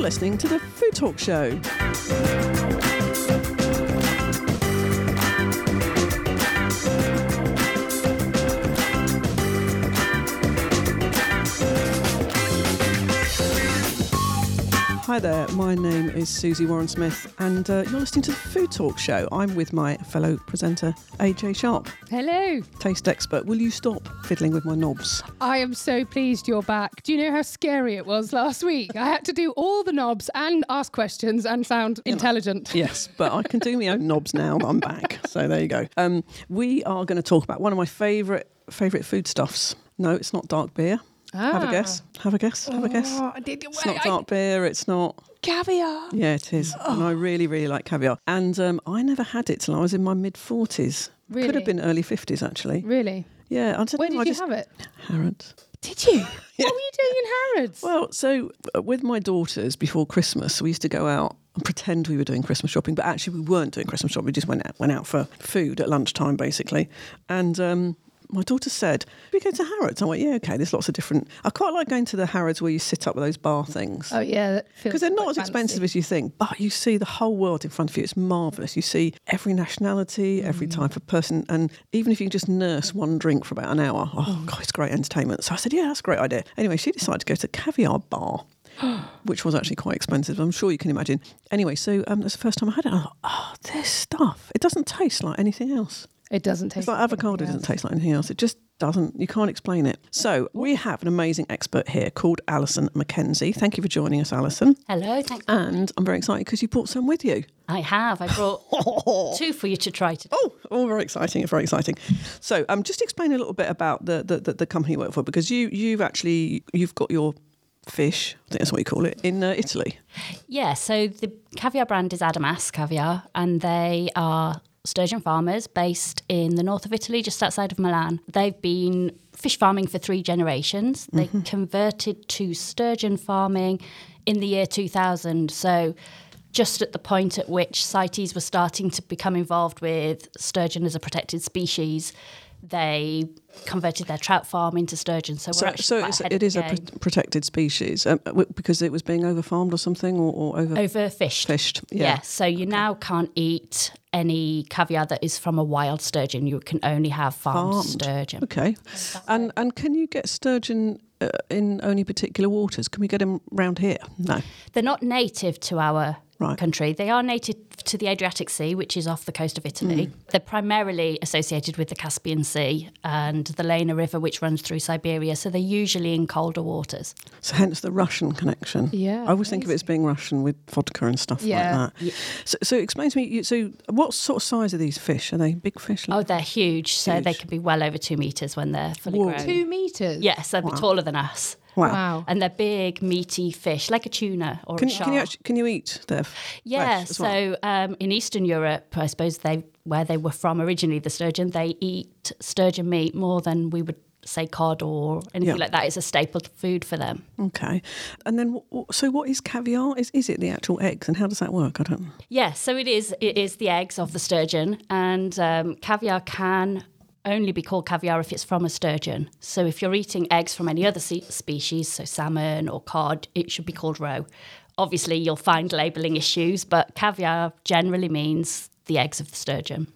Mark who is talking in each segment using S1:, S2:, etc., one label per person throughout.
S1: listening to the Food Talk Show. Hi there, my name is Susie Warren Smith, and uh, you're listening to the Food Talk Show. I'm with my fellow presenter, AJ Sharp,
S2: Hello.
S1: taste expert. Will you stop fiddling with my knobs?
S2: I am so pleased you're back. Do you know how scary it was last week? I had to do all the knobs and ask questions and sound intelligent.
S1: Yes, but I can do my own knobs now. I'm back. So there you go. Um, we are going to talk about one of my favourite favourite foodstuffs. No, it's not dark beer. Have a
S2: Ah.
S1: guess. Have a guess. Have a guess.
S2: Oh, I Oh. did get
S1: It's not dark beer. It's not.
S2: caviar.
S1: Yeah, it is. And I really, really like caviar. And um, I never had it till I was in my mid 40s. Could
S2: Really?
S1: have been early 50s, actually.
S2: Really?
S1: Yeah, I don't
S2: Where
S1: know. I
S2: did you
S1: just,
S2: have it?
S1: Harrods.
S2: Did you? What were you doing in Harrods?
S1: Well, so uh, with my daughters before Christmas, we used to go out and pretend we were doing Christmas shopping, but actually we weren't doing Christmas shopping. We just went out, went out for food at lunchtime, basically. And um, my daughter said, "We go to Harrods." I went, "Yeah, okay." There's lots of different. I quite like going to the Harrods where you sit up with those bar things
S2: oh yeah, that feels
S1: because they're not as
S2: quite
S1: expensive
S2: fancy.
S1: as you think, but you see the whole world in front of you. It's marvelous. You see every nationality, every type of person, and even if you can just nurse one drink for about an hour, oh god, it's great entertainment. So I said, yeah, that's a great idea. Anyway, she decided to go to Caviar Bar. Which was actually quite expensive, I'm sure you can imagine. Anyway, so um, that's the first time I had it. I thought, oh, this stuff. It doesn't taste like anything else.
S2: It doesn't taste.
S1: It's like avocado doesn't taste like anything else. It just doesn't. You can't explain it. So we have an amazing expert here called Alison McKenzie. Thank you for joining us, Alison.
S3: Hello, thank
S1: And I'm very excited because you brought some with you.
S3: I have. I brought two for you to try today.
S1: Oh, oh, very exciting! Very exciting. So, um, just explain a little bit about the the, the, the company you work for because you you've actually you've got your fish. I think that's what you call it in uh, Italy.
S3: Yeah, so the caviar brand is Adamas Caviar, and they are sturgeon farmers based in the north of Italy, just outside of Milan. They've been fish farming for three generations. They
S1: Mm-hmm.
S3: converted to sturgeon farming in the year 2000. So just at the point at which CITES were starting to become involved with sturgeon as a protected species, they converted their trout farm into sturgeon. So we're
S1: So,
S3: actually
S1: so
S3: quite
S1: it's,
S3: ahead of
S1: it
S3: the
S1: is a
S3: game.
S1: pr- protected species um, w- because it was being overfarmed or something or, or
S3: Oh,
S1: over
S3: overfished.
S1: Fished, yeah.
S3: Yeah. So you now can't eat any caviar that is from a wild sturgeon. You can only have farmed,
S1: Farmed.
S3: sturgeon.
S1: Okay, and and can you get sturgeon uh, in only particular waters? Can we get them round here? No.
S3: They're not native to our
S1: Right.
S3: country. They are native to the Adriatic Sea, which is off the coast of Italy.
S1: Mm.
S3: They're primarily associated with the Caspian Sea and the Lena River, which runs through Siberia. So they're usually in colder waters.
S1: So hence the Russian connection.
S2: Yeah,
S1: I always think of it as being Russian with vodka and stuff
S2: Yeah.
S1: like that. So, so explain to me. you- So what sort of size are these fish? Are they big fish?
S3: Oh, they're huge. So they
S1: Huge.
S3: can be well over two meters when they're fully
S1: Whoa.
S3: grown.
S2: Two meters.
S3: Yes, they'd be taller than us.
S1: wow.
S2: Wow.
S3: And they're big, meaty fish, like a tuna or
S1: Can,
S3: a shark.
S1: can you actually, can you eat their f-
S3: Yeah,
S1: flesh as well?
S3: so um, in Eastern Europe, I suppose they where they were from originally, the sturgeon, they eat sturgeon meat more than we would say cod or anything
S1: Yeah.
S3: like that. It's a staple food for them.
S1: okay, and then wh- wh- so what is caviar? Is is it the actual eggs, and how does that work? I don't. know.
S3: Yeah, so it is it is the eggs of the sturgeon, and um, caviar can only be called caviar if it's from a sturgeon. So if you're eating eggs from any other se- species, so salmon or cod, it should be called roe. Obviously, you'll find labelling issues, but caviar generally means the eggs of the sturgeon.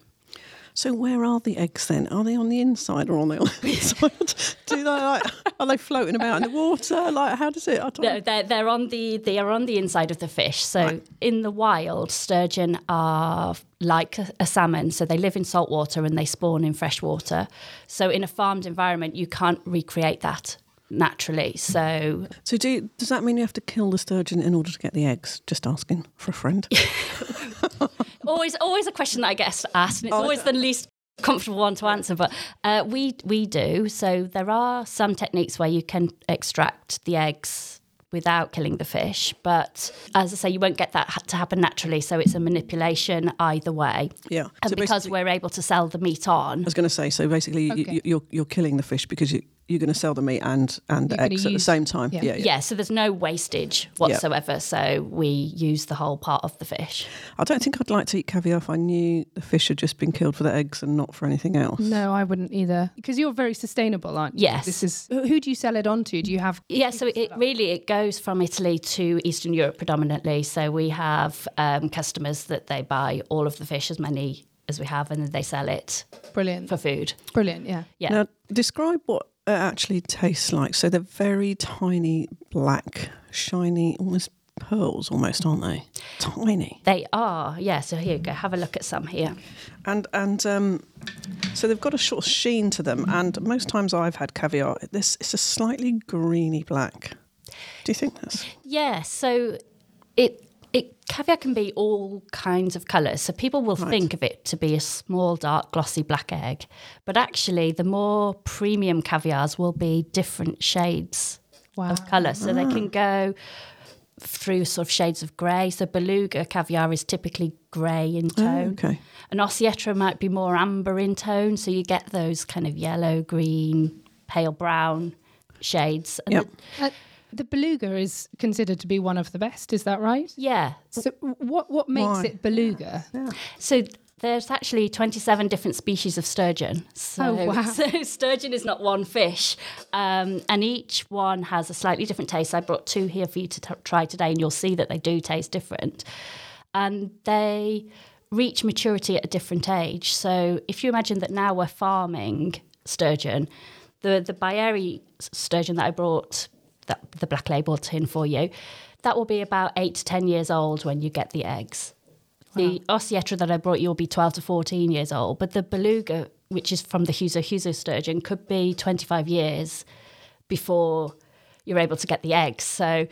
S1: So where are the eggs then? Are they on the inside or on the outside? Do they like are they floating about in the water? Like how does it? I don't.
S3: No, they're, they're on the they are on the inside of the fish. So in the wild, sturgeon are like a, a salmon. So they live in salt water and they spawn in fresh water. So in a farmed environment, you can't recreate that naturally. So
S1: So do you, does that mean you have to kill the sturgeon in order to get the eggs? Just asking for a friend.
S3: always always a question that I get asked, and it's
S1: Oh,
S3: always the least comfortable one to answer. But uh, we we do. So there are some techniques where you can extract the eggs without killing the fish, but as I say, you won't get that ha- to happen naturally. So it's a manipulation either way.
S1: Yeah.
S3: And
S1: So
S3: because
S1: basically-
S3: we're able to sell the meat on,
S1: I was going to say, so basically, you,
S2: Okay.
S1: you, you're you're killing the fish because you, you're going to sell the meat and and the
S2: You're gonna
S1: eggs at the
S2: use-
S1: same time.
S2: yeah.
S1: Yeah, yeah.
S3: Yeah. so there's no wastage whatsoever. So we use the whole part of the fish.
S1: I don't think I'd like to eat caviar if I knew the fish had just been killed for the eggs and not for anything else.
S2: No, I wouldn't either. Because you're very sustainable, aren't you?
S3: Yes.
S2: This is who who do you sell it on to? Do you have
S3: Yeah, so it, it really it goes from Italy to Eastern Europe predominantly. So we have um, customers that they buy all of the fish, as many as we have, and then they sell it
S2: brilliant?
S3: for food.
S2: Brilliant, yeah.
S3: Yeah.
S1: Now, describe what it actually tastes like. So they're very tiny, black, shiny, almost pearls, almost, aren't they? Tiny.
S3: They are, yeah. So here you go. Have a look at some here.
S1: And and um, so they've got a sort of sheen to them. And most times I've had caviar, this it's a slightly greeny black. Do you think that's
S3: Yeah, so it it caviar can be all kinds of colours. So people will think of it to be a small, dark, glossy black egg, but actually, the more premium caviars will be different shades
S2: Wow.
S3: of colour. So they
S1: Ah.
S3: can go through sort of shades of grey. So beluga caviar is typically grey in tone.
S1: Oh, okay?
S3: An ossietra might be more amber in tone, so you get those kind of yellow, green, pale brown shades. And
S1: Yep.
S3: the-
S2: Uh, the beluga is considered to be one of the best, is that right?
S3: yeah,
S2: So what what makes
S1: Why?
S2: it beluga?
S3: So there's actually 27 different species of sturgeon. So,
S2: Oh, wow.
S3: so sturgeon is not one fish. Um, and each one has a slightly different taste. I brought two here for you to t- try today, and you'll see that they do taste different. And they reach maturity at a different age. So if you imagine that now we're farming sturgeon, the, the Bayeri s- sturgeon that I brought, that, the black label tin for you, that will be about eight to 10 years old when you get the eggs. The Ossietra that I brought you will be 12 to 14 years old, but the beluga, which is from the Huso Huso sturgeon, could be 25 years before you're able to get the eggs. So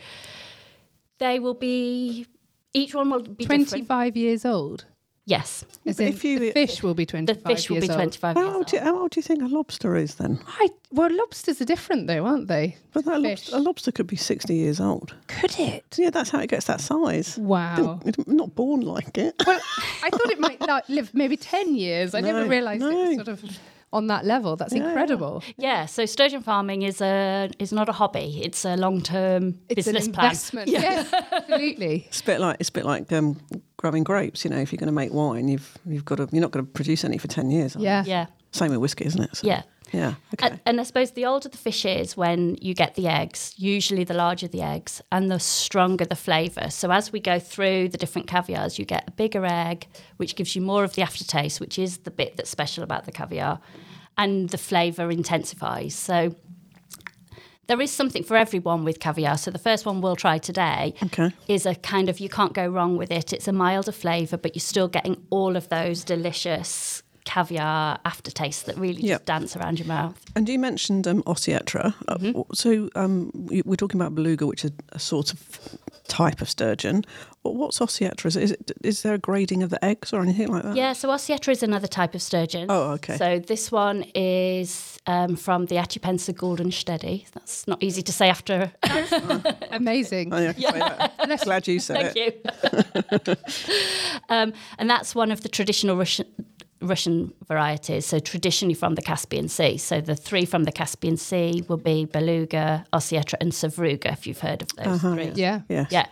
S3: they will be, each one will be different.
S2: 25 years old.
S3: Yes,
S2: As
S1: But
S2: in
S1: if you-
S2: the fish will be 25
S3: the fish will
S2: years
S3: be
S2: old.
S3: 25
S1: How
S3: years
S1: old,
S3: old.
S1: do you, how old do you think a lobster is then?
S2: I, well, lobsters are different though, aren't they?
S1: But that
S2: Fish.
S1: lobster, a lobster could be 60 years old.
S2: Could it?
S1: Yeah, that's how it gets that size.
S2: Wow.
S1: It- Not born like it.
S2: well, I thought it might li- live maybe 10 years. I never
S1: No,
S2: realised it was
S1: no.
S2: sort of on that level. That's
S1: yeah.
S2: incredible.
S3: Yeah, so sturgeon farming is a is not a hobby. It's a long term
S2: It's
S3: business
S2: an
S3: plan.
S2: investment. Yes, absolutely.
S1: It's a bit like it's a bit like um, growing grapes. You know, if you're going to make wine, you've you've got to you're not going to produce any for ten years. are you?
S2: Yeah.
S3: Yeah,
S1: Same with whiskey, isn't it? So-
S3: yeah.
S1: Yeah. Okay.
S3: And, and I suppose the older the fish is when you get the eggs, usually the larger the eggs and the stronger the flavour. So as we go through the different caviars, you get a bigger egg, which gives you more of the aftertaste, which is the bit that's special about the caviar, and the flavour intensifies. So there is something for everyone with caviar. So the first one we'll try today
S1: Okay.
S3: is a kind of you can't go wrong with it. It's a milder flavour, but you're still getting all of those delicious caviar aftertaste that really
S1: Yeah.
S3: just dance around your mouth.
S1: And you mentioned um, Ossietra. Uh, w- so um, we- we're talking about beluga, which is a sort of type of sturgeon. Well, what's Ossietra? Is, is, it, is there a grading of the eggs or anything like that?
S3: Yeah, so Ossietra is another type of sturgeon.
S1: Oh, okay.
S3: So this one is um, from the Achipensa goldenstedi. That's not easy to say after.
S2: Amazing.
S1: Oh, yeah, I can say that.
S2: Unless-
S1: Glad you said
S3: Thank
S1: it.
S3: you. um, and that's one of the traditional Russian. Russian varieties, so traditionally from the Caspian Sea. So the three from the Caspian Sea will be Beluga, Ossietra, and Savruga, if you've heard of those
S1: Uh-huh.
S3: three.
S2: yeah.
S1: Yes.
S3: Yeah.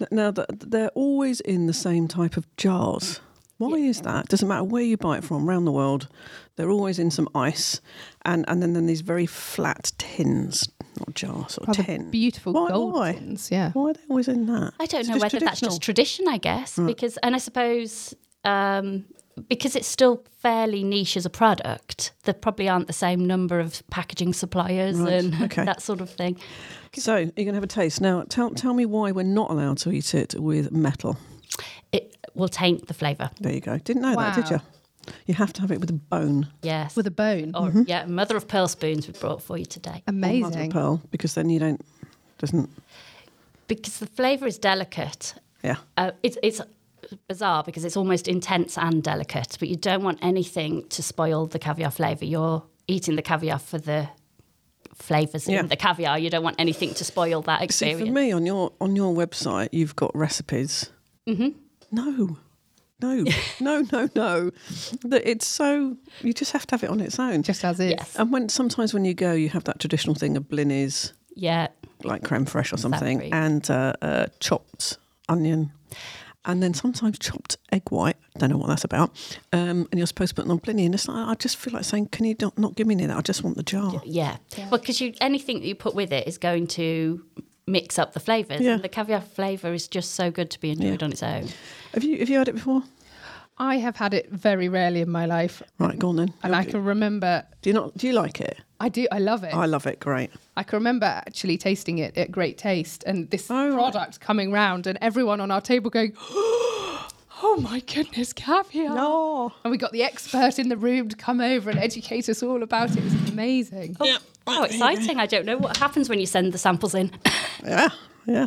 S1: N- Now th- they're always in the same type of jars. Why is that? Doesn't matter where you buy it from around the world, they're always in some ice, and and then, then these very flat tins, not jars or
S2: Oh, the
S1: tin.
S2: beautiful
S1: why,
S2: gold
S1: why?
S2: ones. Yeah.
S1: Why are they always in that?
S3: I don't
S1: It's
S3: know whether that's just
S1: traditional. Hmm.
S3: tradition, I guess, because, and I suppose um, because it's still fairly niche as a product, there probably aren't the same number of packaging suppliers
S1: Right,
S3: and
S1: okay.
S3: that sort of thing.
S1: So you're gonna have a taste now. Tell tell me why we're not allowed to eat it with metal.
S3: It will taint the flavour.
S1: There you go. Didn't know that, did
S2: Wow.
S1: you? You have to have it with a bone
S3: Yes.
S2: With a bone.
S3: or,
S1: Mm-hmm.
S3: Yeah, mother of pearl spoons we brought for you today.
S1: or mother of
S2: Amazing.
S1: pearl because then you don't doesn't
S3: Because the flavour is delicate.
S1: yeah.
S3: Uh, it's, it's bizarre because it's almost intense and delicate, but you don't want anything to spoil the caviar flavour. You're eating the caviar for the flavours
S1: Yeah.
S3: in the caviar. You don't want anything to spoil that
S1: See,
S3: experience.
S1: for me on your on your website, you've got recipes. Mm-hmm. No, No, no, no, no. That it's so you just have to have it on its own.
S2: Just as is.
S3: Yes.
S1: And when sometimes when you go, you have that traditional thing of blinis,
S3: Yeah.
S1: like creme fraiche or something,
S3: Exactly.
S1: and uh, uh, chopped onion, and then sometimes chopped egg white. Don't know what that's about. Um, and you're supposed to put it on blini, and it's like, I just feel like saying, "Can you not, not give me any of that? I just want the jar."
S3: Yeah. Well, because you anything that you put with it is going to mix up the flavours.
S1: Yeah.
S3: And the caviar flavour is just so good to be enjoyed
S1: Yeah.
S3: on its own.
S1: Have you have you had it before?
S2: I have had it very rarely in my life.
S1: Right, go on then.
S2: And I can remember,
S1: Do you not? Do you like it?
S2: I do, I love it.
S1: I love it. Great.
S2: I can remember actually tasting it at Great Taste and this
S1: Oh, right.
S2: product coming round and everyone on our table going, oh my goodness, caviar.
S1: No.
S2: And we got the expert in the room to come over and educate us all about it. It was amazing.
S3: Oh, How exciting. I don't know what happens when you send the samples in.
S1: Yeah. Yeah.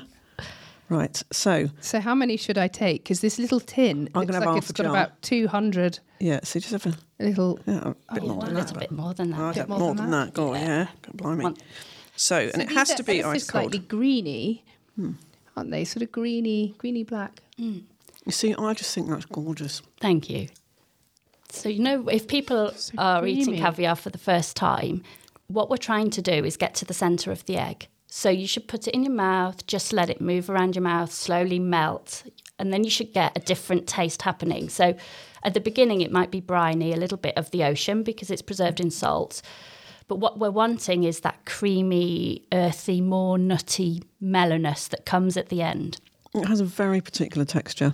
S1: Right. So
S2: So how many should I take? Because this little tin
S1: I'm
S2: looks
S1: gonna have
S2: like
S1: half
S2: it's
S1: a
S2: got
S1: jar.
S2: about 200
S1: yeah. So just have a
S2: little...
S1: yeah, a bit more
S3: Oh, a
S1: than
S3: little
S1: that.
S3: bit more than that.
S1: Oh, a bit more, than that. Go on. Yeah. God, Blimey.
S3: One-
S1: So and it
S2: These
S1: has
S2: are-
S1: to be
S2: they're
S1: ice cold. Hmm.
S2: Slightly greeny, aren't they? Sort of greeny, greeny black.
S1: You see, I just think that's gorgeous.
S3: Thank you. So, you know, if people are eating
S2: creamy.
S3: caviar for the first time, what we're trying to do is get to the center of the egg. So, you should put it in your mouth, just let it move around your mouth, slowly melt, and then you should get a different taste happening. So, at the beginning, it might be briny, a little bit of the ocean because it's preserved in salt. But what we're wanting is that creamy, earthy, more nutty mellowness that comes at the end.
S1: It has a very particular texture.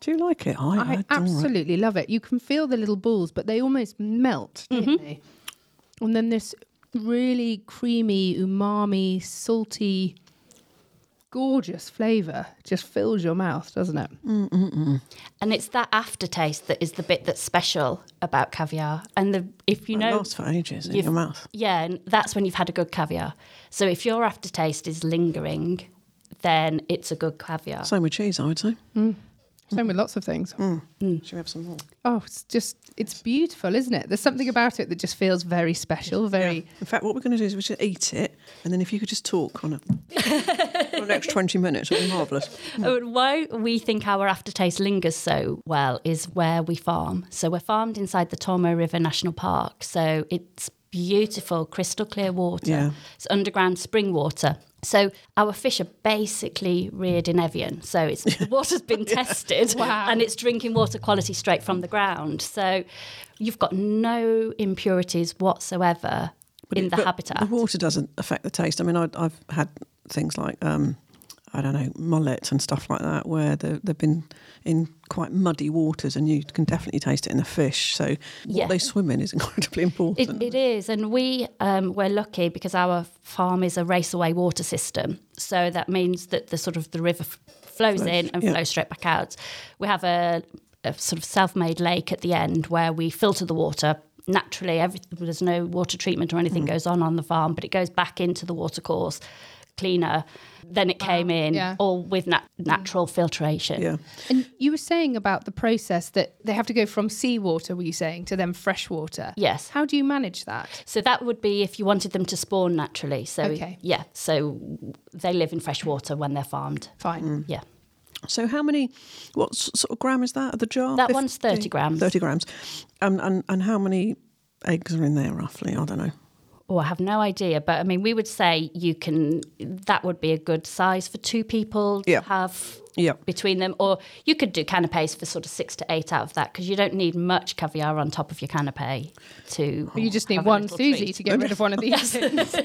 S1: Do you like it? I,
S2: I
S1: adore it.
S2: absolutely love it. You can feel the little balls, but they almost melt, don't they? And then this really creamy, umami, salty, gorgeous flavour just fills your mouth, doesn't it?
S3: And it's that aftertaste that is the bit that's special about caviar. And the if you
S1: It
S3: know
S1: lasts for ages in
S3: you've-
S1: your mouth.
S3: Yeah, and that's when you've had a good caviar. So if your aftertaste is lingering, then it's a good caviar.
S1: Same with cheese, I would say.
S2: Same with lots of things.
S1: Should we have some more?
S2: Oh, it's just, it's beautiful, isn't it? There's something about it that just feels very special, very.
S1: In fact, what we're going to do is we should eat it, and then if you could just talk on it for the next 20 minutes, it'll be marvellous.
S3: Uh, Why we think our aftertaste lingers so well is where we farm. So we're farmed inside the Tormo River National Park. So it's beautiful, crystal clear water.
S1: Yeah.
S3: It's underground spring water. So our fish are basically reared in Evian. So it's the water's been tested and it's drinking water quality straight from the ground. So you've got no impurities whatsoever in the
S1: But
S3: habitat.
S1: The water doesn't affect the taste. I mean, I, I've had things like, um, I don't know, mullet and stuff like that, where the- they've been in quite muddy waters and you can definitely taste it in the fish. So what
S3: Yeah.
S1: they swim in is incredibly important.
S3: It, it is, and we um, we're lucky because our farm is a raceway water system, so that means that the sort of the river f- flows, in and
S1: yeah.
S3: flows straight back out. We have a, a sort of self-made lake at the end where we filter the water naturally. Every, there's no water treatment or
S1: Mm.
S3: anything goes on on the farm, but it goes back into the watercourse cleaner than it came in,
S2: yeah.
S3: all with nat- natural filtration.
S1: yeah.
S2: And you were saying about the process that they have to go from seawater, were you saying, to then fresh water?
S3: Yes.
S2: How do you manage that?
S3: So that would be if you wanted them to spawn naturally. So
S2: Okay.
S3: yeah, so they live in fresh water when they're farmed.
S2: Fine.
S3: Yeah.
S1: So how many, what s- sort of gram is that of the jar?
S3: That
S1: Fif-
S3: one's 30 grams.
S1: 30 grams. Um, and, and how many eggs are in there roughly? I don't know.
S3: Oh, I have no idea, but I mean, we would say you can. That would be a good size for two people to
S1: Yeah.
S3: have
S1: Yeah.
S3: between them, or you could do canapes for sort of six to eight out of that because you don't need much caviar on top of your canape to.
S2: Oh, You just need
S3: have a
S2: one
S3: little
S2: Susie
S3: treat.
S2: to get rid of one of these. things.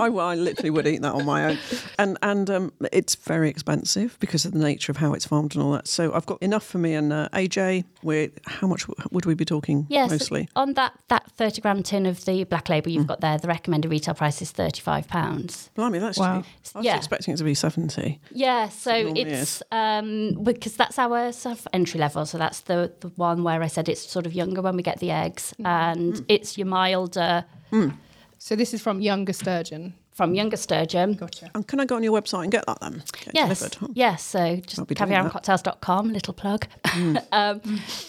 S1: I, I literally would eat that on my own. And and um, it's very expensive because of the nature of how it's farmed and all that. So I've got enough for me and uh, AJ. We're, how much w- would we be talking
S3: Yes,
S1: mostly?
S3: on that that thirty gram tin of the black label you've got there, the recommended retail price is thirty five pounds.
S1: Blimey, that's
S2: Wow.
S1: cheap. I was
S3: Yeah.
S1: expecting it to be 70.
S3: Yeah, so
S1: normally
S3: it's um, because that's our sort of entry level. So that's the, the one where I said it's sort of younger when we get the eggs,
S1: Mm-hmm.
S3: and it's your milder
S2: so this is from younger sturgeon.
S3: from younger sturgeon.
S2: Gotcha.
S1: And can I go on your website and get that then? Get it
S3: Yes,
S1: delivered?
S3: yes. So just
S1: I'll be doing that. Mm.
S3: caviarandcocktails.com, little plug. um,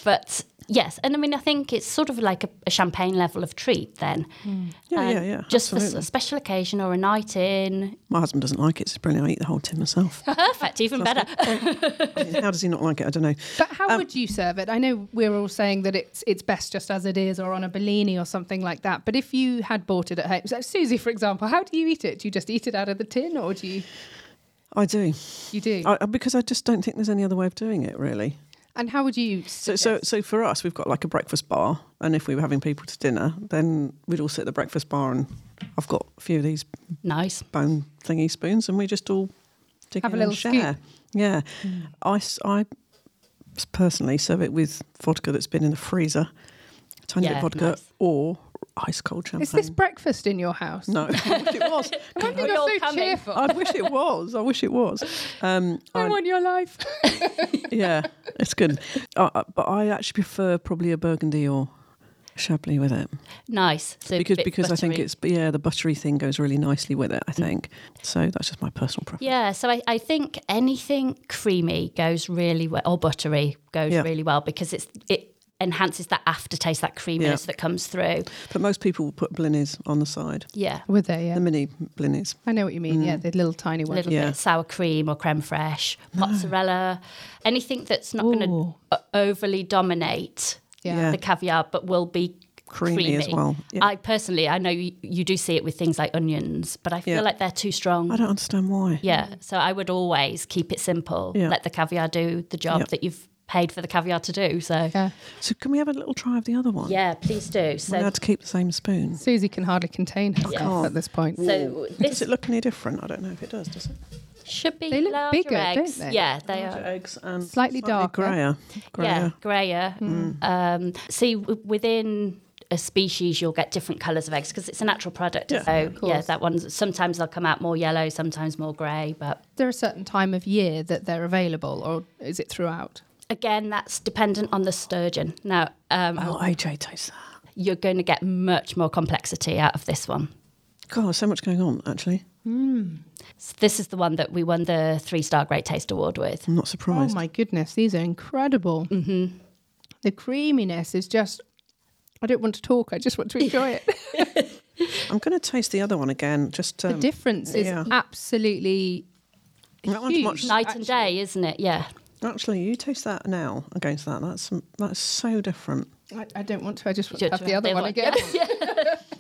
S3: but Yes, and I mean, I think it's sort of like a, a champagne level of treat then.
S1: Yeah, yeah, yeah,
S3: Uh, Just for s-
S1: absolutely.
S3: a special occasion or a night in.
S1: My husband doesn't like it. It's brilliant. I eat the whole tin myself.
S3: Perfect, even better.
S1: I mean, how does he not like it? I don't know.
S2: But how would you serve it? I know we're all saying that it's it's best just as it is, or on a Bellini or something like that. But if you had bought it at home, so Susie, for example, how do you eat it? Do you just eat it out of the tin, or do you
S1: I do
S2: you do?
S1: I, I- because I just don't think there's any other way of doing it, really.
S2: and how would you?
S1: So, so, so for us, we've got like a breakfast bar, and if we were having people to dinner, then we'd all sit at the breakfast bar, and I've got a few of these
S3: nice.
S1: bone thingy spoons, and we just all dig
S2: Have
S1: in
S2: a little Mm.
S1: and share. Yeah, I, s- I s- personally serve it with vodka that's been in the freezer, tiny bit
S3: Yeah,
S1: of vodka,
S3: nice.
S1: or ice cold champagne.
S2: Is this breakfast in your house?
S1: no, I wish it was.
S2: I can't
S3: We're
S2: believe
S3: all
S2: you're so
S3: coming.
S2: cheerful.
S1: I wish it was. I wish it was. Um,
S2: I
S1: I-
S2: want your life.
S1: yeah, it's good. Uh, uh, but I actually prefer probably a burgundy or chablis with it
S3: Nice. So a
S1: because
S3: bit
S1: because I think
S3: buttery. Mm.
S1: it's yeah the buttery thing goes really nicely with it. I think so. That's just my personal preference.
S3: Yeah, so I, I think anything creamy goes really well, or buttery goes
S1: Yeah.
S3: really well because it's it enhances that aftertaste, that creaminess that comes through.
S1: But most people will put blinis on the side,
S3: Yeah,
S2: Were they?
S1: the Mm.
S2: Yeah.
S1: mini blinis.
S2: I know what you mean. Yeah, the little tiny
S3: a
S2: ones.
S3: little
S1: Yeah.
S3: bit sour cream or creme fraiche, mozzarella, anything that's not going
S2: Ooh.
S3: to overly dominate
S2: Yeah.
S3: the caviar, but will be
S1: Creamy
S3: creamy,
S1: as well, yeah.
S3: I personally, I know you, you do see it with things like onions, but I feel
S1: Yeah.
S3: like they're too strong.
S1: I don't understand why.
S3: Yeah. So I would always keep it simple.
S1: Yeah.
S3: Let the caviar do the job
S1: Yeah.
S3: that you've paid for the caviar to do. So yeah,
S2: Yeah.
S1: So can we have a little try of the other one?
S3: please do. So
S1: We're allowed to keep the same spoon.
S2: Susie can hardly contain herself
S1: can't.
S2: at this point.
S3: so
S1: Does
S3: this
S1: it look any different? I don't know if it does. Does it?
S3: should be
S2: They look
S3: larger
S2: bigger, don't
S3: eggs.
S2: they?
S3: Yeah, they are.
S1: Eggs and
S2: Slightly darker.
S1: grayer.
S3: Yeah,
S1: Grayer.
S3: grayer. Um, see, w- within a species, you'll get different colours of eggs because it's a natural product.
S1: Yeah,
S3: so yeah,
S2: course.
S3: that one's sometimes they'll come out more yellow, sometimes more grey. But
S2: Is there a certain time of year that they're available, or is it throughout?
S3: again, that's dependent on the sturgeon. Now, um,
S1: Oh, AJ tastes that.
S3: you're going to get much more complexity out of this one.
S1: God, so much going on actually.
S3: So this is the one that we won the three star Great Taste Award with.
S1: I'm not
S2: Oh
S1: surprised.
S2: my goodness, these are incredible. Mm-hmm. The creaminess is just. I don't want to talk. I just want to enjoy it.
S1: I'm going to taste the other one again. Just
S2: the
S1: um,
S2: difference is
S1: yeah.
S2: absolutely.
S1: that one's
S2: huge.
S1: much.
S3: Night and day, isn't it? Yeah.
S1: Actually, you taste that now against that. That's that's so different.
S2: I, I don't want to. I just want to
S3: Just
S2: have the other one again.
S3: Yeah.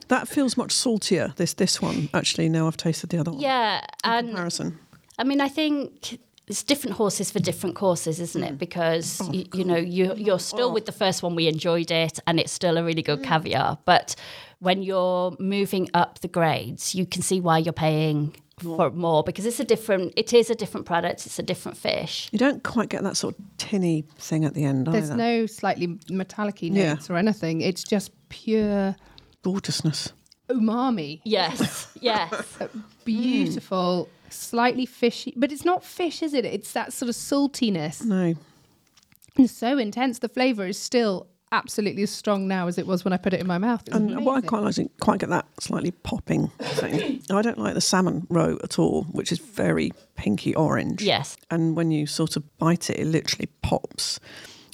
S1: That feels much saltier. This this one actually. Now I've tasted the other one.
S3: yeah.
S1: In
S3: And
S1: comparison.
S3: I mean, I think it's different horses for different courses, isn't it? Because y- you know, you you're still with the first one. We enjoyed it, and it's still a really good caviar. But when you're moving up the grades, you can see why you're paying for more because it's a different. It is a different product. It's a different fish.
S1: You don't quite get that sort of tinny thing at the end
S2: There's
S1: either.
S2: no slightly metallic
S1: Yeah.
S2: notes or anything. It's just pure
S1: Gorgeousness.
S2: umami.
S3: Yes. yes.
S2: Beautiful, slightly fishy, but it's not fish, is it? It's that sort of saltiness.
S1: No.
S2: It's so intense. The flavour is still absolutely as strong now as it was when I put it in my mouth. It's
S1: And what I
S2: amazing.
S1: quite like is you quite get that slightly popping thing. I don't like the salmon roe at all, which is very pinky orange.
S3: Yes.
S1: And when you sort of bite it, it literally pops.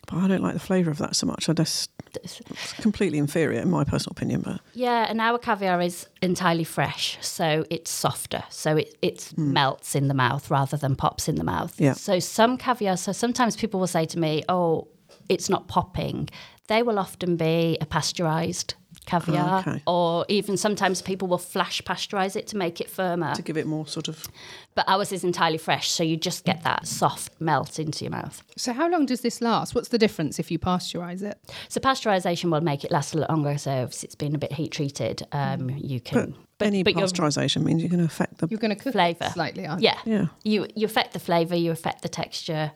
S1: But I don't like the flavour of that so much. I just it's completely inferior in my personal opinion. But
S3: Yeah, and our caviar is entirely fresh, so it's softer. So it it's melts in the mouth rather than pops in the mouth.
S1: Hmm. Yeah.
S3: So some caviar, so sometimes people will say to me, "Oh, it's not popping." They will often be a pasteurized caviar
S1: Okay.
S3: or even sometimes people will flash pasteurize it to make it firmer.
S1: to give it more sort of
S3: But ours is entirely fresh, so you just get that soft melt into your mouth.
S2: So, how long does this last? What's the difference if you pasteurise it?
S3: So pasteurization will make it last a lot longer, so if it's been a bit heat treated, um, you can
S1: Hmm. any
S3: you're-
S1: pasteurisation means you're going to affect the
S2: You're going to cook it
S3: Flavour.
S2: slightly, aren't you?
S3: Yeah.
S1: Yeah.
S3: You you affect the flavour, you affect the texture,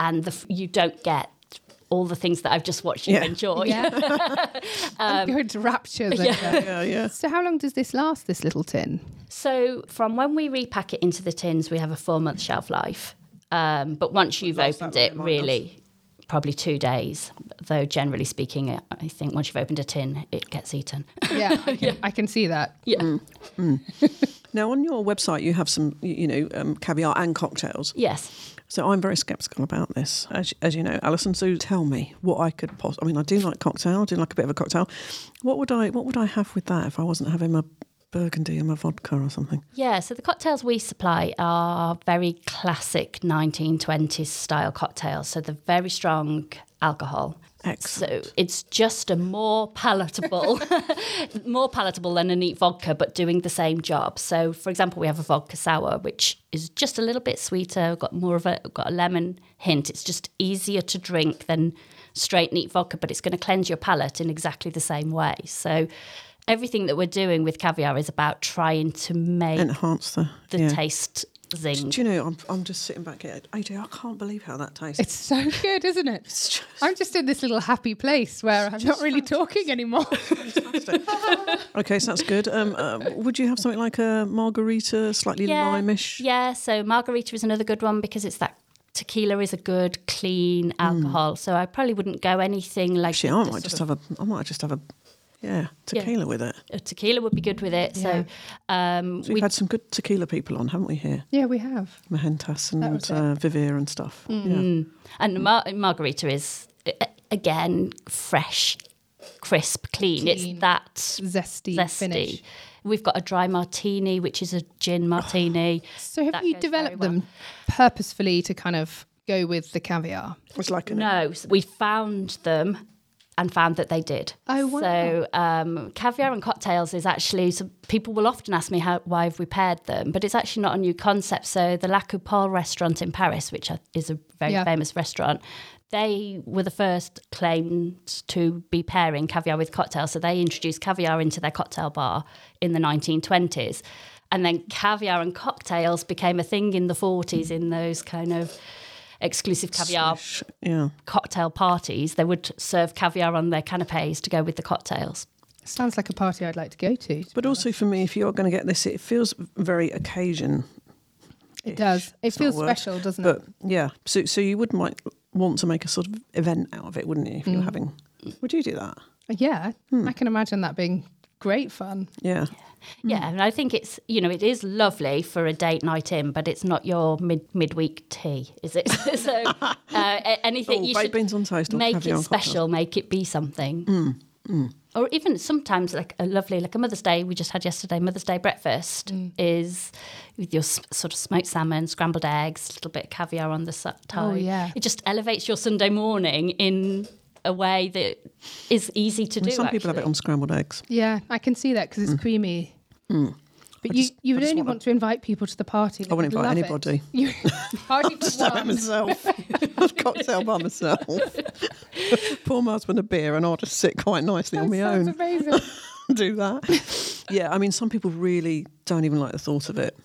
S3: and the f- you don't get all the things that I've just watched you
S1: Yeah.
S3: enjoy.
S2: Yeah. I'm
S3: Um,
S2: going to raptures. over.
S1: yeah yeah.
S2: So, how long does this last? This little tin?
S3: So from when we repack it into the tins, we have a four month shelf life. Um, but once you've
S1: lasts that
S3: opened
S1: long
S3: it,
S1: in my
S3: really, probably two days. Though generally speaking, I- I think once you've opened a tin, it gets eaten.
S2: Yeah, I can, I can see that.
S3: yeah.
S1: Now on your website you have some you you know um, caviar and cocktails.
S3: Yes.
S1: So I'm very sceptical about this. As, as you know, Alison, so tell me what I could possibly. I mean, I do like cocktail. I do like a bit of a cocktail. What would I What would I have with that if I wasn't having my burgundy and my vodka or something?
S3: Yeah, so the cocktails we supply are very classic 1920s style cocktails. So they're very strong alcohol.
S1: Excellent.
S3: So it's just a more palatable, more palatable than a neat vodka, but doing the same job. So, for example, we have a vodka sour, which is just a little bit sweeter, got more of a got a lemon hint. It's just easier to drink than straight neat vodka, but it's going to cleanse your palate in exactly the same way. So, everything that we're doing with caviar is about trying to make
S1: Enhance the,
S3: the
S1: yeah.
S3: taste zing.
S1: Do you know, I'm, I'm just sitting back here. AJ, I can't believe how that tastes.
S2: It's so good, isn't it? I'm just in this little happy place where I'm not really talking anymore.
S1: Fantastic. okay, so that's good. Um, uh, would you have something like a margarita, slightly limeish?
S3: Yeah, so margarita is another good one because it's that tequila is a good clean alcohol. So I probably wouldn't go anything like
S1: Hmm. Actually, I
S3: the
S1: might
S3: sort
S1: just
S3: of-
S1: have a. I might just have a. Yeah, tequila with it.
S3: a tequila would be good with it. So um
S1: So we've
S3: we
S1: had some good tequila people on, haven't we? Here,
S2: yeah, we have.
S1: Mahentas and
S2: That was it.
S1: uh, Vivier and stuff. Yeah.
S3: and the mar- margarita is uh, again fresh, crisp, clean.
S2: Clean.
S3: It's that
S2: Zesty,
S3: zesty.
S2: finish.
S3: We've got a dry martini, which is a gin martini.
S2: So have
S3: That
S2: you
S3: goes very
S2: developed
S3: well.
S2: them purposefully to kind of go with the caviar?
S1: It's like an.
S3: No, s- we found them and found that they did.
S2: Oh, wow.
S3: So um, caviar and cocktails is actually, so people will often ask me how, why have we paired them, but it's actually not a new concept. So the La Coupole restaurant in Paris, which I- is a very
S2: Yeah.
S3: famous restaurant, they were the first claimed to be pairing caviar with cocktails. So they introduced caviar into their cocktail bar in the 1920s. And then caviar and cocktails became a thing in the 40s in those kind of exclusive caviar
S1: Sh- Yeah.
S3: cocktail parties, they would serve caviar on their canapes to go with the cocktails.
S2: Sounds like a party I'd like to go to.
S1: But also for me, if you're going to get this, it feels very occasion.
S2: It does. It
S1: not a
S2: feels
S1: word,
S2: special, doesn't it?
S1: But yeah, so so you would might want to make a sort of event out of it, wouldn't you? If you're having, would you do that?
S2: Yeah,
S1: Hmm.
S2: I can imagine that being great fun.
S1: Yeah. Mm.
S3: Yeah, and I think it's you know it is lovely for a date night in, but it's not your mid midweek tea, is it? so uh, a- anything
S1: Oh,
S3: you
S1: baked
S3: should
S1: beans on toast or
S3: make
S1: caviar
S3: it
S1: on Mm, cocktail.
S3: special, make it be something. Or even sometimes like a lovely like a Mother's Day we just had yesterday Mother's Day breakfast
S1: Mm.
S3: is with your s- sort of smoked salmon, scrambled eggs, a little bit of caviar on the
S1: Oh,
S3: side.
S2: yeah.
S3: it just elevates your Sunday morning in a way that is easy to
S1: I mean,
S3: do.
S1: some people have
S3: actually.
S1: it on scrambled eggs.
S2: Yeah, I can see that because it's creamy. But you, you
S1: Hmm.
S2: would
S1: just
S2: only
S1: wanna-
S2: want to invite people to the party.
S1: I wouldn't
S2: They'd
S1: invite
S2: love it.
S1: anybody.
S2: You, party for
S1: Stab
S2: one.
S1: myself. cocktail by myself. Pour my husband a beer, and I'll just sit quite nicely on my
S2: Sounds
S1: own.
S2: amazing.
S1: do that. yeah, I mean, some people really don't even like the thought of it.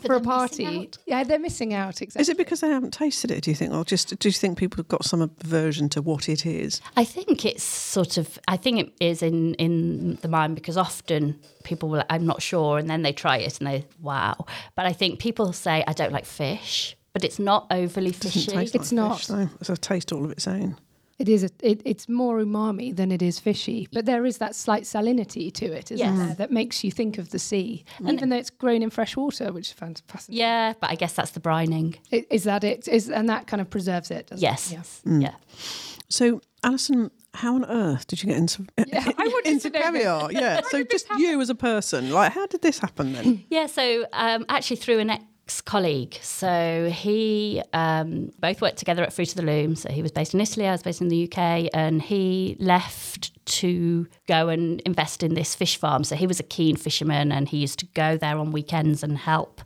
S2: for a
S3: they're missing
S2: party.
S3: out.
S2: Yeah, they're missing out. Exactly.
S1: Is it because they haven't tasted it? Do you think, or just do you think people have got some aversion to what it is?
S3: I think it's sort of. I think it is in in the mind because often people will. I'm not sure, and then they try it and they wow. But I think people say I don't like fish, but it's not overly fishy.
S1: Doesn't taste
S2: It's
S1: like
S2: not.
S1: Fish, though. It's a taste all of its own.
S2: It is. A, it, it's more umami than it is fishy, but there is that slight salinity to it, isn't
S3: Yes.
S2: there? That makes you think of the sea,
S1: Mm.
S2: even though it's grown in fresh water, which is fan- fascinating.
S3: yeah, but I guess that's the brining.
S2: I- Is that it? Is and that kind of preserves it? Doesn't
S3: Yes.
S2: It?
S3: yeah.
S1: Mm. So, Alison, how on earth did you get into
S2: Yeah. yeah. I wanted
S1: into
S2: to know. this.
S1: caviar? Yeah. so, just you as a person, like, how did this happen then?
S3: Yeah, so um, actually through an ex colleague. So he um, both worked together at Fruit of the Loom. So he was based in Italy, I was based in the UK, and he left to go and invest in this fish farm. So he was a keen fisherman and he used to go there on weekends and help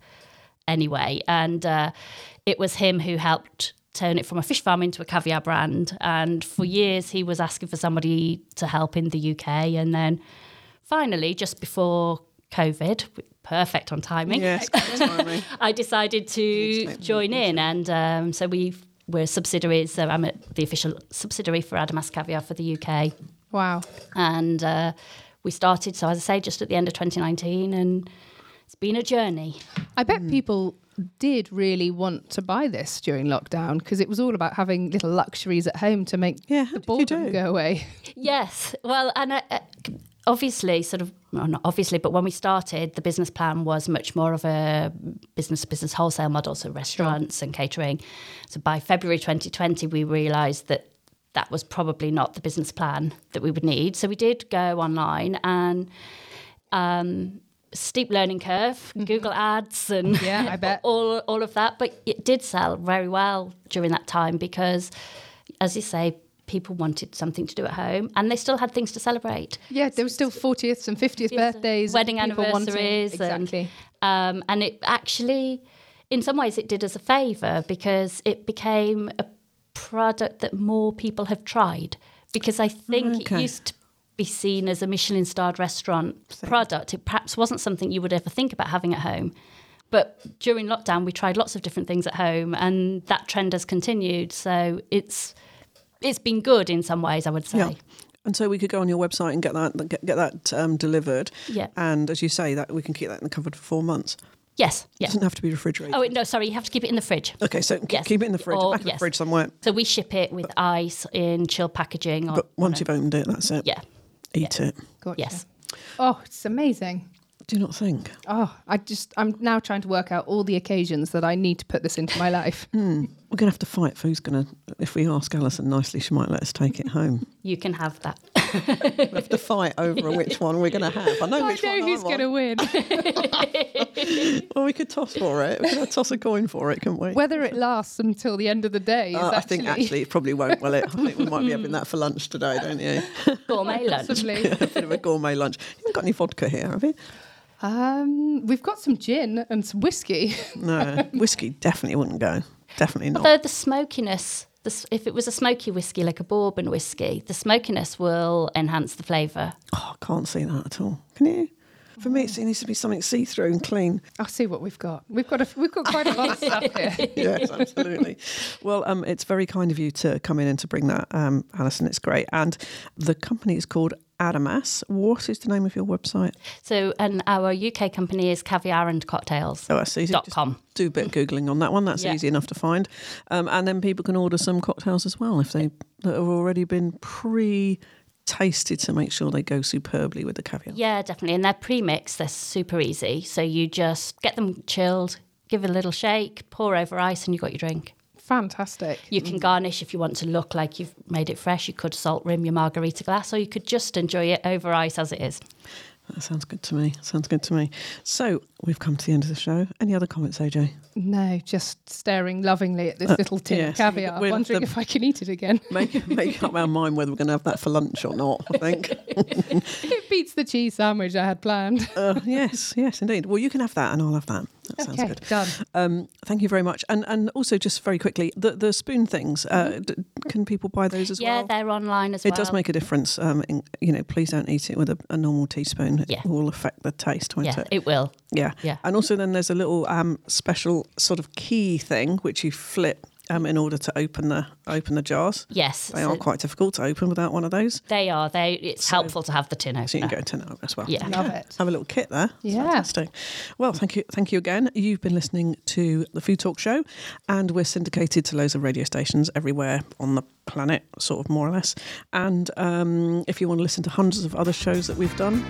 S3: anyway. And uh, it was him who helped turn it from a fish farm into a caviar brand. And for years, he was asking for somebody to help in the UK. And then finally, just before COVID, perfect on timing,
S1: Yes. timing.
S3: I decided to join in, and um, so we we're subsidiaries. So I'm at the official subsidiary for Adamas Caviar for the UK,
S2: Wow.
S3: and uh, we started. So as I say, just at the end of 2019, and it's been a journey.
S2: I bet
S1: Hmm.
S2: people did really want to buy this during lockdown because it was all about having little luxuries at home to make
S1: Yeah, how
S2: the
S1: did you
S2: boredom
S1: do?
S2: go away.
S3: Yes, well, and uh, uh, obviously, sort of well, not obviously, but when we started, the business plan was much more of a business to business wholesale model, so restaurants and catering. So by February 2020, we realised that that was probably not the business plan that we would need. So we did go online and um, steep learning curve, Google Ads, and
S2: Yeah, I bet.
S3: all all of that. But it did sell very well during that time because, as you say. People wanted something to do at home, and they still had things to celebrate.
S2: Yeah, there was still 40th and 50th birthdays,
S3: wedding
S2: and people wanting-
S3: anniversaries and-
S2: Exactly.
S3: Um, and it actually, in some ways, it did us a favour because it became a product that more people have tried. Because I think
S1: Okay.
S3: it used to be seen as a Michelin starred restaurant product. It perhaps wasn't something you would ever think about having at home. But during lockdown, we tried lots of different things at home, and that trend has continued. So it's it's been good in some ways, I would say.
S1: Yeah. And so we could go on your website and get that get, get that um, delivered.
S3: Yeah.
S1: And as you say, that we can keep that in the cupboard for four months.
S3: Yes. Yes.
S1: Doesn't have to be refrigerated.
S3: Oh, wait, no, sorry. You have to keep it in the fridge.
S1: okay, so keep-
S3: yes.
S1: keep it in the fridge,
S3: Or-
S1: back in the
S3: yes.
S1: fridge somewhere.
S3: So we ship it with ice in chill packaging. On,
S1: Uh, But once you've opened it, that's it.
S3: yeah,
S1: Eat it.
S2: Gotcha.
S3: yes.
S2: Oh, it's amazing.
S1: Do you not think.
S2: Oh, I just, I'm now trying to work out all the occasions that I need to put this into my life.
S1: Hmm. We're going to have to fight for who's going to. If we ask Alison nicely, she might let us take it home.
S3: You can have that.
S1: we'll have to fight over which one we're going to have. I know
S2: I
S1: which
S2: know
S1: one
S2: who's
S1: I want.
S2: going to win.
S1: Well, we could toss for it. We could have toss a coin for it, couldn't we?
S2: Whether it lasts until the end of the day is
S1: Uh,
S2: actually,
S1: I think actually it probably won't, will it? I think we might be having that for lunch today, don't you?
S3: Gourmet lunch.
S2: possibly.
S1: a bit of a gourmet lunch. You haven't got any vodka here, have you?
S2: Um, we've got some gin and some whiskey.
S1: No, whiskey definitely wouldn't go. Definitely not.
S3: Although the smokiness, the, s- if it was a smoky whiskey like a bourbon whiskey, the smokiness will enhance the flavour.
S1: Oh, I can't see that at all. Can you? For me, it's- it needs to be something see-through and clean.
S2: I'll see what we've got. We've got a, we've got quite a lot of stuff here.
S1: yes, absolutely. Well, um, it's very kind of you to come in and to bring that, um, Alison. It's great. And the company is called Adamas. What is the name of your website?
S3: So, and our UK company is Caviar and Cocktails.
S1: Oh, that's easy.
S3: Dot
S1: Just
S3: com.
S1: Do a bit of googling on that one. That's
S3: Yeah.
S1: easy enough to find. Um, and then people can order some cocktails as well if they that have already been pre-tasted to make sure they go superbly with the caviar.
S3: Yeah, definitely. And they're pre-mixed. They're super easy. So you just get them chilled, give it a little shake, pour over ice, and you got your drink.
S2: Fantastic.
S3: You
S1: Mm.
S3: can garnish if you want to look like you've made it fresh. You could salt rim your margarita glass, or you could just enjoy it over ice as it is.
S1: That sounds good to me. Sounds good to me. So we've come to the end of the show. Any other comments, AJ?
S2: No, just staring lovingly at this little tin
S1: Uh, yes.
S2: of caviar,
S1: We'll have
S2: wondering
S1: to-
S2: if I can eat it again.
S1: Make make up our mind whether we're going to have that for lunch or not. I think.
S2: it beats the cheese sandwich I had planned.
S1: Uh, yes, yes, indeed. Well, you can have that, and I'll have that. That sounds
S2: okay,
S1: good.
S2: done.
S1: Um, thank you very much, and and also just very quickly, the the spoon things. Uh, d- can people buy those as
S3: yeah,
S1: well?
S3: they're online as
S1: It
S3: well.
S1: does make a difference. Um, in, you know, please don't eat it with a, a normal teaspoon. It
S3: Yeah.
S1: will affect the taste, won't
S3: Yeah,
S1: it?
S3: it will.
S1: Yeah.
S3: Yeah.
S1: And also, then there's a little um, special sort of key thing which you flip um, in order to open the open the jars.
S3: Yes,
S1: They
S3: so
S1: are quite difficult to open without one of those.
S3: They are. They. It's helpful to have the tin opener.
S1: So you can go ten out as well.
S3: Yeah.
S2: Love it.
S1: Have a little kit there. It's
S2: Yeah.
S1: Fantastic. Well, thank you. Thank you again. You've been listening to the Food Talk Show, and we're syndicated to loads of radio stations everywhere on the planet, sort of more or less. And um, if you want to listen to hundreds of other shows that we've done,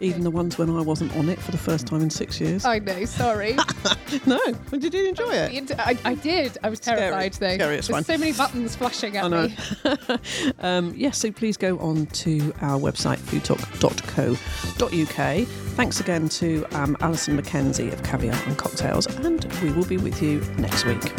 S1: even the ones when I wasn't on it for the first time in six years.
S2: I know, sorry.
S1: No, but did you enjoy it?
S2: I, I did. I was terrified though.
S1: Scary, it's
S2: There's
S1: fine.
S2: so many buttons flashing
S1: I
S2: at
S1: know.
S2: me.
S1: um, yes, so please go on to our website, foodtalk.co.uk. Thanks again to um, Alison McKenzie of Caviar and Cocktails, and we will be with you next week.